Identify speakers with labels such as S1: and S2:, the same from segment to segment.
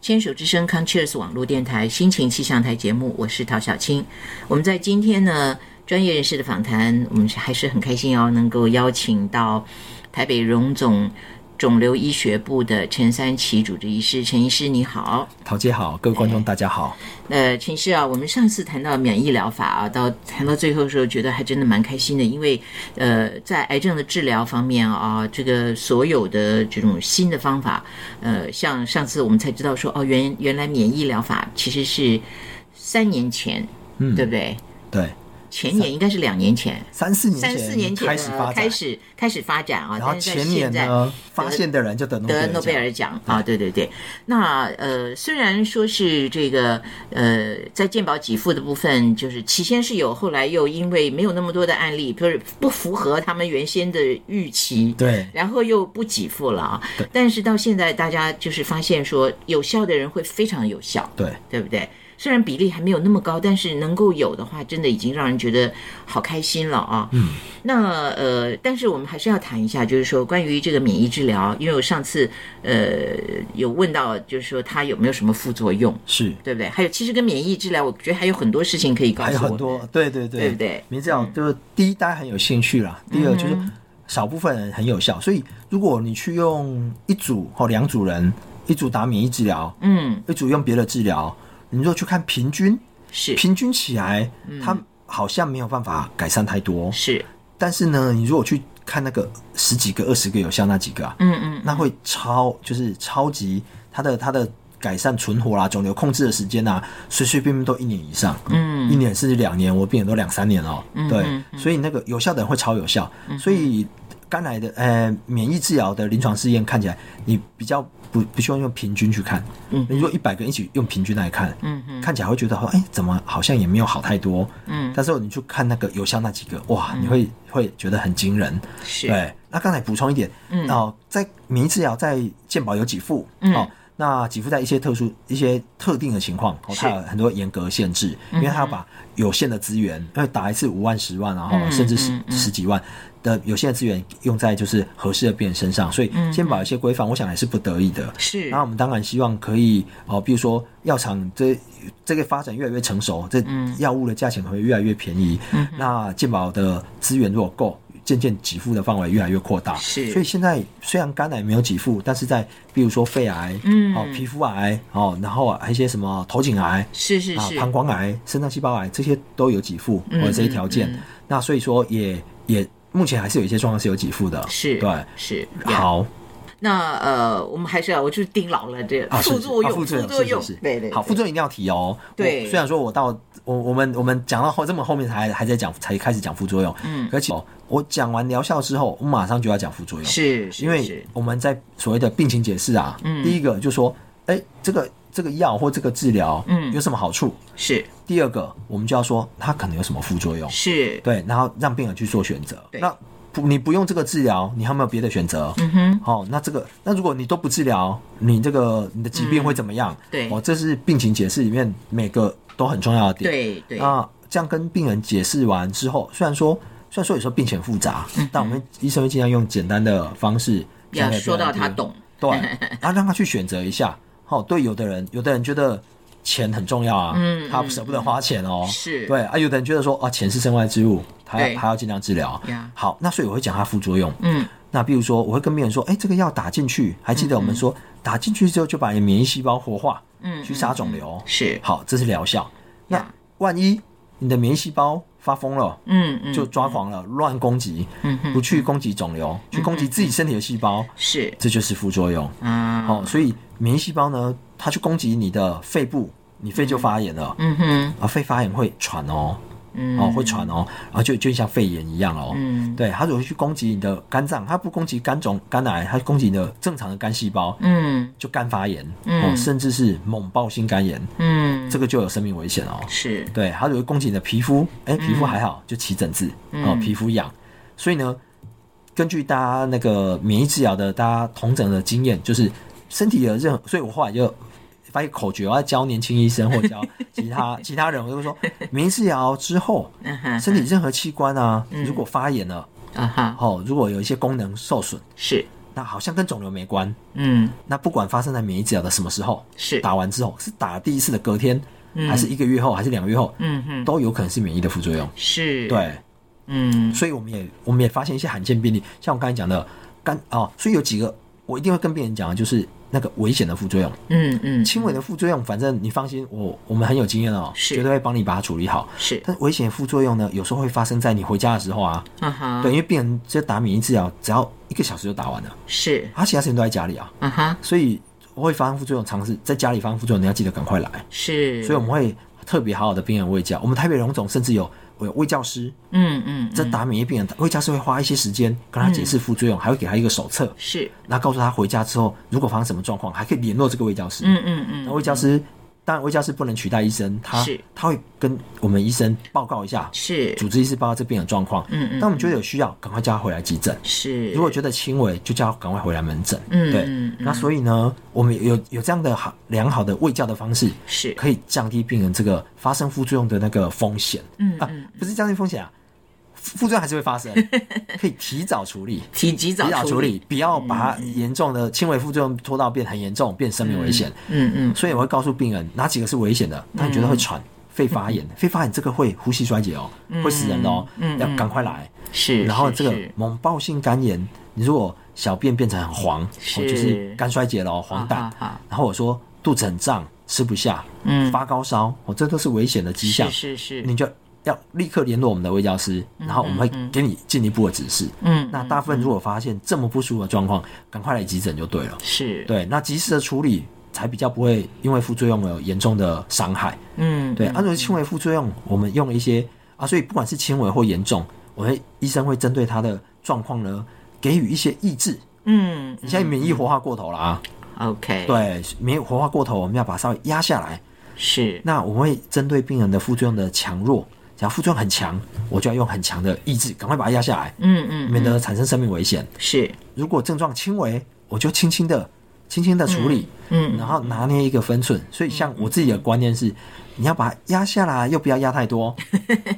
S1: 牵手之声 Concheers 网络电台心情气象台节目，我是陶小青。我们在今天呢，专业人士的访谈，我们是还是很开心哦，能够邀请到台北荣总肿瘤医学部的陈三奇主治医师。陈医师你好，
S2: 陶姐好，各位观众大家好。
S1: 呃，陈医师啊，我们上次谈到免疫疗法啊，到谈到最后的时候，觉得还真的蛮开心的，因为呃，在癌症的治疗方面啊，这个所有的这种新的方法，呃，像上次我们才知道说，哦，原原来免疫疗法其实是三年前，
S2: 嗯
S1: 对不对？
S2: 对，
S1: 前年应该是两年前，
S2: 三四年
S1: 三
S2: 前
S1: 四年前
S2: 开始发
S1: 呃
S2: 展，
S1: 开始开始发展啊，
S2: 然后
S1: 但是在
S2: 前
S1: 现
S2: 年
S1: 在。
S2: 呢，发现的人就得诺贝
S1: 得
S2: 尔
S1: 诺贝
S2: 奖
S1: 尔奖啊，对对对。那呃，虽然说是这个呃，在健保给付的部分，就是起先是有，后来又因为没有那么多的案例，就是不符合他们原先的预期，
S2: 对
S1: 然后又不给付了啊
S2: 对。
S1: 但是到现在，大家就是发现说，有效的人会非常有效，
S2: 对
S1: 对不对？虽然比例还没有那么高，但是能够有的话，真的已经让人觉得好开心了啊。嗯，那呃，但是我们还是要谈一下，就是说关于这个免疫治疗，因为我上次呃有问到，就是说它有没有什么副作用，
S2: 是。
S1: 对不对？还有，其实跟免疫治疗，我觉得还有很多事情可以告诉我
S2: 还有
S1: 们
S2: 很多，对对对，
S1: 对嗯不对
S2: 民调就是第一，大家很有兴趣啦；第二，就是少部分人很有效。所以，如果你去用一组或两组人，一组打免疫治疗，
S1: 嗯，
S2: 一组用别的治疗，你就去看平均，
S1: 是
S2: 平均起来，
S1: 嗯
S2: 它好像没有办法改善太多。哦
S1: 是，
S2: 但是呢，你如果去看那个十几个、二十个有效那几个啊，
S1: 嗯嗯，
S2: 那会超就是超级它的它的改善存活啦、肿瘤控制的时间啊，随随便便都一年以上，嗯，一年甚至两年，我病人都两三年哦，对，所以那个有效的人会超有效，所以肝癌的呃免疫治疗的临床试验看起来，你比较不不需要用平均去看，嗯，你如果一百个人一起用平均来看，嗯看起来会觉得说，哎、怎么好像也没有好太多，嗯，但是你去看那个有效那几个，哇，你会会觉得很惊人，
S1: 是，
S2: 嗯对，那刚才补充一点，嗯，哦，在免疫治疗在健保有给付，哦，那给付在一些特殊、一些特定的情况，哦，它
S1: 是
S2: 有很多严格限制，因为它要把有限的资源，因为打一次五万、十万啊，然后甚至十、十几万的有限的资源用在就是合适的病人身上，所以健保有一些规范，我想还是不得已的。
S1: 是
S2: 那我们当然希望可以哦，比如说药厂这这个发展越来越成熟，这
S1: 嗯
S2: 药物的价钱会越来越便宜。那健保的资源如果够，渐渐给付的范围越来越扩大。
S1: 是
S2: 所以现在虽然肝癌没有给付，但是在比如说肺癌，嗯，哦，皮肤癌，哦，然后还有一些什么头颈癌。
S1: 是是
S2: 啊，
S1: 是，
S2: 膀胱癌、肾脏细胞癌这些都有给付，
S1: 嗯
S2: 或者这些条件，
S1: 嗯嗯
S2: 那所以说也也目前还是有一些状况是有给付的，
S1: 嗯是，
S2: 对，
S1: 是，呀
S2: 好，
S1: 那呃，我们还是要，我就是盯牢了这
S2: 啊，
S1: 副
S2: 是
S1: 作
S2: 啊
S1: 用，
S2: 副作用，
S1: 作用
S2: 是是是，
S1: 对对，
S2: 好，副作用一定要提哦。
S1: 对
S2: 我虽然说我到我我们我们讲到后这么后面才还在讲才开始讲副作用，
S1: 嗯
S2: 而且哦我讲完疗效之后，我马上就要讲副作用，
S1: 是，是
S2: 因为
S1: 是嗯
S2: 我们在所谓的病情解释啊，第一个就说，哎，这个这个药或这个治疗，
S1: 嗯
S2: 有什么好处？
S1: 是
S2: 第二个，我们就要说它可能有什么副作用，
S1: 是，
S2: 对，然后让病人去做选择。
S1: 对
S2: 那不，你不用这个治疗，你还有没有别的选择？嗯哼。哦，那这个，那如果你都不治疗，你这个你的疾病会怎么样？
S1: 嗯对
S2: 哦，这是病情解释里面每个都很重要的点。
S1: 对对，
S2: 那这样跟病人解释完之后，虽然说虽然说有时候病情复杂，但我们医生会尽量用简单的方式
S1: 嗯要
S2: 讲给病人
S1: 说到他
S2: 听
S1: 懂，
S2: 对，然后让他去选择一下。哦，对，有的人，有的人觉得钱很重要啊，
S1: 嗯
S2: 他舍不得花钱哦，
S1: 是
S2: 对啊。有的人觉得说，啊，钱是身外之物，他
S1: 对
S2: 他要尽量治疗啊
S1: 呀。
S2: 好，那所以我会讲它副作用。
S1: 嗯，
S2: 那比如说，我会跟病人说，哎，这个药打进去，还记得我们说，打进去之后就把你的免疫细胞活化，
S1: 嗯
S2: 去杀肿瘤。
S1: 是，
S2: 好，这是疗效。那
S1: 呀
S2: 万一你的免疫细胞发疯了，
S1: 嗯嗯，
S2: 就抓狂了，乱攻击，不去攻击肿瘤，去攻击
S1: 嗯
S2: 自己身体的细胞，
S1: 是
S2: 这就是副作用。
S1: 啊，
S2: 哦，所以免疫细胞呢，它去攻击你的肺部，你肺就发炎了，
S1: 嗯哼，
S2: 啊，肺发炎会喘哦，
S1: 嗯
S2: 哦会喘哦，然后就就像肺炎一样哦，
S1: 嗯
S2: 对，它如果去攻击你的肝脏，它不攻击肝肿、肝癌，它攻击你的正常的肝细胞，
S1: 嗯
S2: 就肝发炎，
S1: 嗯
S2: 哦，甚至是猛暴性肝炎，
S1: 嗯，
S2: 这个就有生命危险哦。
S1: 是
S2: 对，它如果攻击你的皮肤，哎，皮肤还好，就起疹子，哦，皮肤痒，所以呢，根据大家那个免疫治疗的大家同诊的经验，就是身体的任何，所以我后来就发现口诀，我要教年轻医生或教 其他其他人，我就会说，免疫治疗之后，
S1: 嗯哼
S2: 身体任何器官啊，如果发炎了，
S1: 啊哈，
S2: 哦，如果有一些功能受损，
S1: 是
S2: 那好像跟肿瘤没关。
S1: 嗯，
S2: 那不管发生在免疫治疗的什么时候，
S1: 是
S2: 打完之后是打第一次的隔天，还是一个月后，还是两个月后，
S1: 嗯哼，
S2: 都有可能是免疫的副作用。
S1: 是，，
S2: 对，
S1: 嗯
S2: 所以我们也我们也发现一些罕见病例，像我刚才讲的肝哦，所以有几个我一定会跟病人讲的，就是那个危险的副作用，
S1: 嗯嗯，
S2: 轻微的副作用，反正你放心，我我们很有经验哦，
S1: 是
S2: 绝对会帮你把它处理好。
S1: 是，
S2: 但危险的副作用呢，有时候会发生在你回家的时候啊，
S1: 啊哈，
S2: 对，因为病人这打免疫治疗只要一个小时就打完了，
S1: 是，
S2: 他其他时间都在家里啊，
S1: 啊哈，
S2: 所以会发生副作用，尝试在家里发生副作用，你要记得赶快来。
S1: 是，
S2: 所以我们会特别好好的病人卫教，我们台北荣总甚至有有卫教师，
S1: 嗯嗯，
S2: 这打免疫病人，卫教师会花一些时间跟他解释副作用，还会给他一个手册，
S1: 是，
S2: 那告诉他回家之后如果发生什么状况，还可以联络这个卫教师。
S1: 嗯嗯嗯，
S2: 那卫教师当然卫教师不能取代医生，他
S1: 是
S2: 他会跟我们医生报告一下，
S1: 是
S2: 主治医师报告这病人状况。
S1: 嗯嗯
S2: 当我们觉得有需要，赶快叫他回来急诊。
S1: 是，
S2: 如果觉得轻微，就叫他赶快回来门诊。
S1: 嗯
S2: 对
S1: 嗯。
S2: 那所以呢，我们有有这样的好良好的卫教的方式，
S1: 是
S2: 可以降低病人这个发生副作用的那个风险。
S1: 嗯
S2: 啊，不是降低风险啊，副副作用还是会 发生，可以提早处理，
S1: 提及
S2: 提
S1: 早嗯
S2: 早处，理，不要把它严重的轻微副作用拖到变很严重，变生命危险。
S1: 嗯嗯，
S2: 所以我会告诉病人哪几个是危险的，他觉得会喘。肺发
S1: 嗯
S2: 炎，肺发炎这个会呼吸衰竭哦，会死人的哦，要赶快来。
S1: 是，
S2: 然后
S1: 是
S2: 这个
S1: 是
S2: 猛暴性肝炎，你如果小便变成很黄，
S1: 是啊
S2: 哦就是肝衰竭了哦，黄疸。
S1: 好好好
S2: 然后我说肚子很胀，吃不下，
S1: 嗯
S2: 发高烧，哦，这都是危险的迹象
S1: 是。是是，
S2: 你就要立刻联络我们的卫教师，然后我们会给你进一步的指示。
S1: 嗯，
S2: 那大部分如果发现这么不舒服的状况，赶快来急诊就对了。
S1: 是，
S2: 对，那及时的处理才比较不会因为副作用而有严重的伤害。
S1: 嗯，
S2: 对，啊
S1: 嗯
S2: 按照轻微副作用，我们用了一些啊，所以不管是轻微或严重，我会医生会针对他的状况呢，给予一些抑制。
S1: 嗯
S2: 你现在免疫活化过头了啊，
S1: ，OK，，
S2: 对，免疫活化过头，我们要把它稍微压下来。
S1: 是，
S2: 那我们会针对病人的副作用的强弱，只要副作用很强，我就要用很强的抑制，赶快把它压下来，
S1: 嗯嗯，
S2: 免得产生生命危险。
S1: 是，
S2: 如果症状轻微，我就轻轻的、轻轻的处理，
S1: 嗯
S2: 然后拿捏一个分寸。所以，像我自己的观念是，你要把它压下来，又不要压 太多，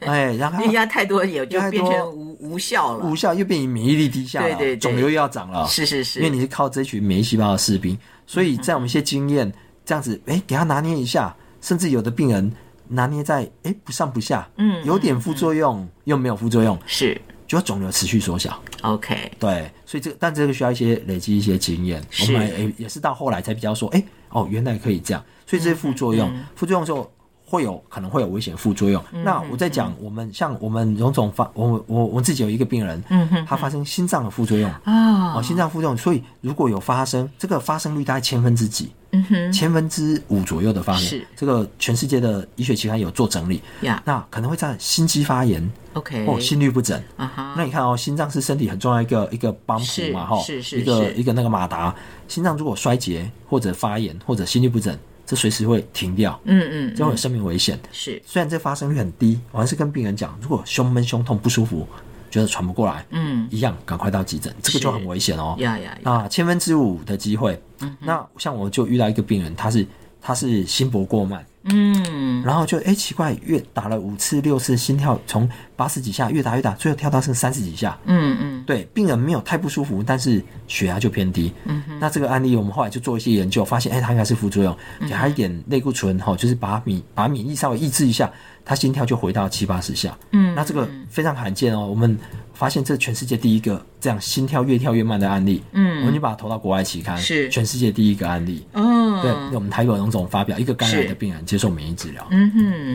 S2: 哎，然后
S1: 因为压太多也就
S2: 压太
S1: 变
S2: 多
S1: 成无无效了
S2: 无，效又变免疫力低下了，
S1: 对对对
S2: 肿瘤又要长了，
S1: 是是是，嗯
S2: 因为你是靠这群免疫细胞的士兵，所以在我们一些经验这样子，哎、给他拿捏一下，甚至有的病人拿捏在哎、诶不上不下，
S1: 嗯
S2: 有点副作用、又没有副作用，
S1: 是
S2: 就肿瘤持续缩小。
S1: OK，
S2: 对，所以这个但这个需要一些累积一些经验，
S1: 是
S2: 我们也也是到后来才比较说，哎、哦，原来可以这样，所以这些副作
S1: 嗯
S2: 用，副作用就会有可能会有危险副作用。那
S1: 嗯
S2: 我在讲我们像我们荣总发，我我我自己有一个病人，
S1: 嗯哼
S2: 他发生心脏的副作用，
S1: 啊
S2: 哦，，心脏副作用，所以如果有发生，这个发生率大概千分之几，
S1: 嗯哼，
S2: 千分之五左右的发生
S1: 是，
S2: 这个全世界的医学期刊有做整理，
S1: 呀
S2: 那可能会在心肌发炎
S1: ，OK，
S2: 或心律不整。
S1: 啊哈，
S2: 那你看哦，心脏是身体很重要一个一个帮浦嘛，
S1: 是
S2: 哈，
S1: 是是
S2: 一个
S1: 是
S2: 一个那个马达。心脏如果衰竭或者发炎或者心律不整，这随时会停掉，
S1: 嗯嗯，
S2: 这会有生命危险。
S1: 是，
S2: 虽然这发生率很低，我还是跟病人讲，如果胸闷胸痛不舒服，觉得喘不过来，
S1: 嗯，
S2: 一样赶快到急诊，这个
S1: 是
S2: 就很危险哦。
S1: 呀呀，呀
S2: 啊，千分之五的机会。那像我就遇到一个病人，他是他是心搏过慢，
S1: 嗯，
S2: 然后就哎、诶奇怪，越打了五次六次，心跳从八十几下越打越打，最后跳到剩三十几下。
S1: 嗯嗯，
S2: 对，病人没有太不舒服，但是血压就偏低。嗯那这个案例我们后来就做一些研究，发现哎、诶它应该是副
S1: 嗯
S2: 作用，给他一点类固醇哈、就是把免把免疫稍微抑制一下，他心跳就回到七八十下。
S1: 嗯
S2: 那这个非常罕见哦，我们发现这全世界第一个这样心跳越跳越慢的案例。
S1: 嗯
S2: 我们就把它投到国外期刊，
S1: 是
S2: 全世界第一个案例。
S1: 哦，
S2: 对，我们台北荣总发表一个肝癌
S1: 是
S2: 的病人接受免疫治疗。
S1: 嗯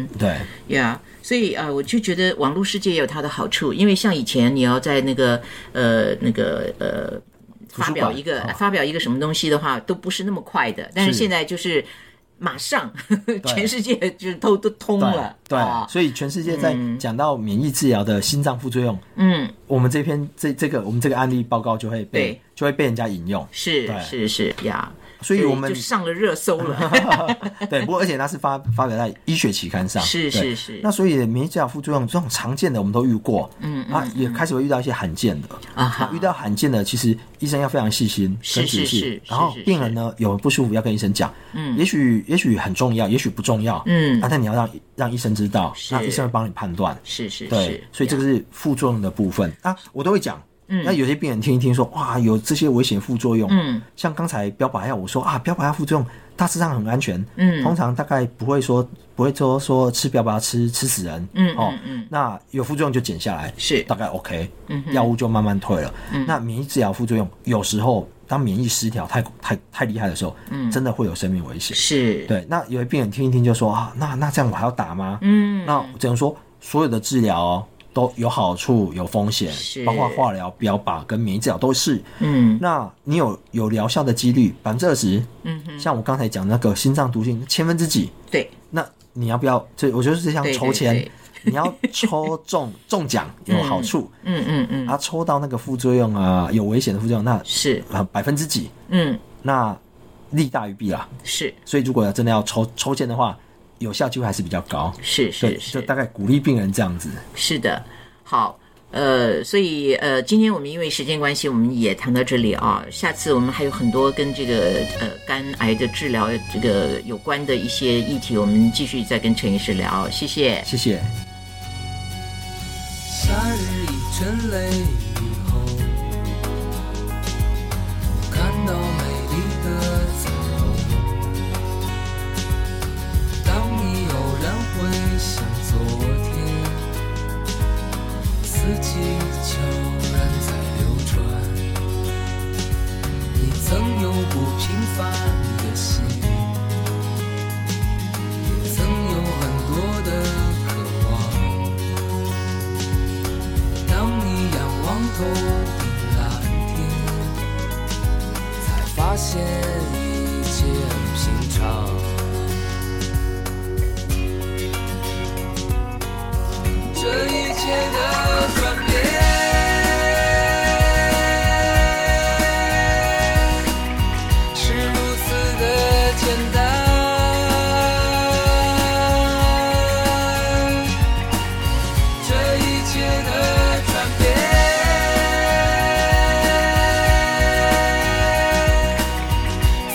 S1: 哼。
S2: 对，
S1: 呀、所以呃，我就觉得网络世界也有它的好处，因为像以前你要在那个呃那个呃
S2: 书
S1: 发表
S2: 馆
S1: 一个、
S2: 哦
S1: 发表一个什么东西的话，都不是那么快的，但是
S2: 是
S1: 现在就是马上 全世界就都都通了，
S2: 对，
S1: 啊
S2: 所以全世界在讲到免疫治疗的心脏副作用，
S1: 嗯，
S2: 我们这篇这这个我们这个案例报告就会
S1: 对
S2: 被就会被人家引用，
S1: 是
S2: 对
S1: 是是呀，
S2: 所以我们
S1: 就上了热搜了，
S2: 对，不过而且它是发发表在医学期刊上，
S1: 是
S2: 对
S1: 是是
S2: 那所以免疫治疗副作用这种常见的我们都遇过，嗯啊，也开始会遇到一些罕见的
S1: 啊哈
S2: 遇到罕见的，其实医生要非常细心
S1: 是
S2: 跟仔
S1: 是是
S2: 细，然后
S1: 是是
S2: 病人呢有不舒服要跟医生讲，嗯，也许也许很重要，也许不重要，
S1: 嗯
S2: 啊，但你要让让医生知道，那医生会帮你判断，
S1: 是是
S2: 对
S1: 是，，
S2: 所以这个
S1: 呀
S2: 是副作用的部分啊，我都会讲。那有些病人听一听说，哇，有这些危险副作用。嗯，像刚才标靶药，我说啊，标靶药副作用大致上很安全。嗯，通常大概不会说不会说说吃标靶药吃吃死人。嗯，哦，那有副作用就减下来，
S1: 是
S2: 大概 OK。嗯，药物就慢慢退了。嗯，那免疫治疗副作用有时候当免疫失调太太太厉害的时候，嗯，真的会有生命危险。
S1: 是，
S2: 对，那有些病人听一听就说啊，那那这样我还要打吗？嗯，那只能说所有的治疗、哦。都有好处，有风险
S1: 是，
S2: 包括化疗、标靶跟免疫治疗都是。
S1: 嗯
S2: 那你有有疗效的几率百分之二十，
S1: 嗯哼，
S2: 像我刚才讲那个心脏毒性千分之几，
S1: 对，
S2: 那你要不要？这我觉得是像
S1: 对
S2: 抽签，
S1: 对对
S2: 你要抽 中中奖有好处，
S1: 嗯嗯嗯，
S2: 啊，抽到那个副作用啊，有危险的副作用，那
S1: 是，
S2: 啊百分之几，
S1: 嗯
S2: 那利大于弊啦。
S1: 是
S2: 所以如果真的要抽抽签的话，有效机会还是比较高。
S1: 是
S2: 对，
S1: 是
S2: 就是大概鼓励病人这样子。
S1: 是的，好。呃，所以呃，今天我们因为时间关系，我们也谈到这里啊。下次我们还有很多跟这个呃肝癌的治疗这个有关的一些议题，我们继续再跟陈医师聊。谢谢。
S2: 谢谢。
S3: 夏日已沉泪以后，看到美丽的彩虹。当你偶然回想昨天，四季悄然在流转。你曾有不平凡的心，也曾有很多的渴望。当你仰望头顶蓝天，才发现一切很平常。这一切的转变。是如此的简单。这一切的转变，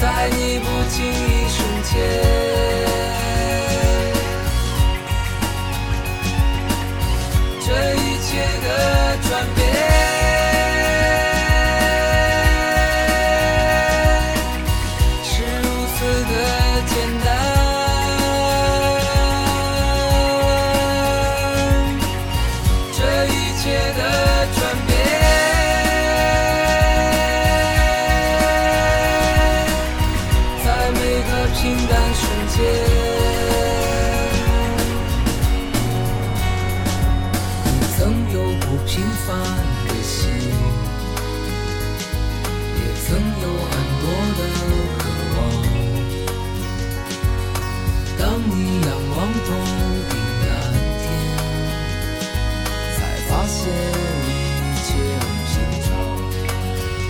S3: 在你不经意瞬间。这一切的转变，是如此的简单。这一切的转变，在每个平淡瞬间。你曾有不平凡的心，也曾有很多的渴望。当你仰望头顶蓝天。才发现一切很平常。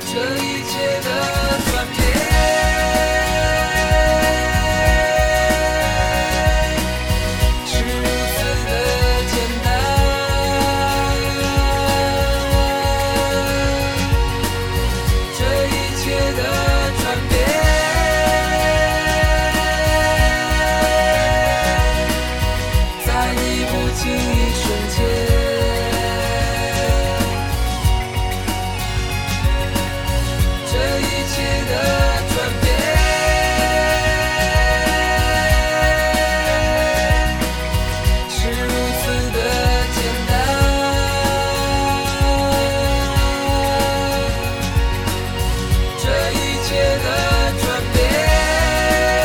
S3: 这一切的转变，是如此的简单。这一切的转变。在你不经意瞬间，这一切的转变，是如此的简单。这一切的转变。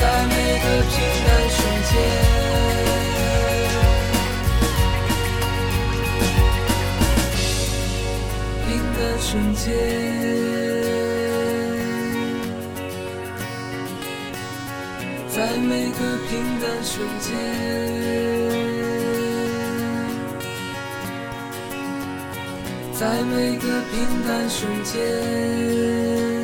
S3: 在每个平淡瞬间。平淡瞬间，在每个平淡瞬间，在每个平淡瞬间。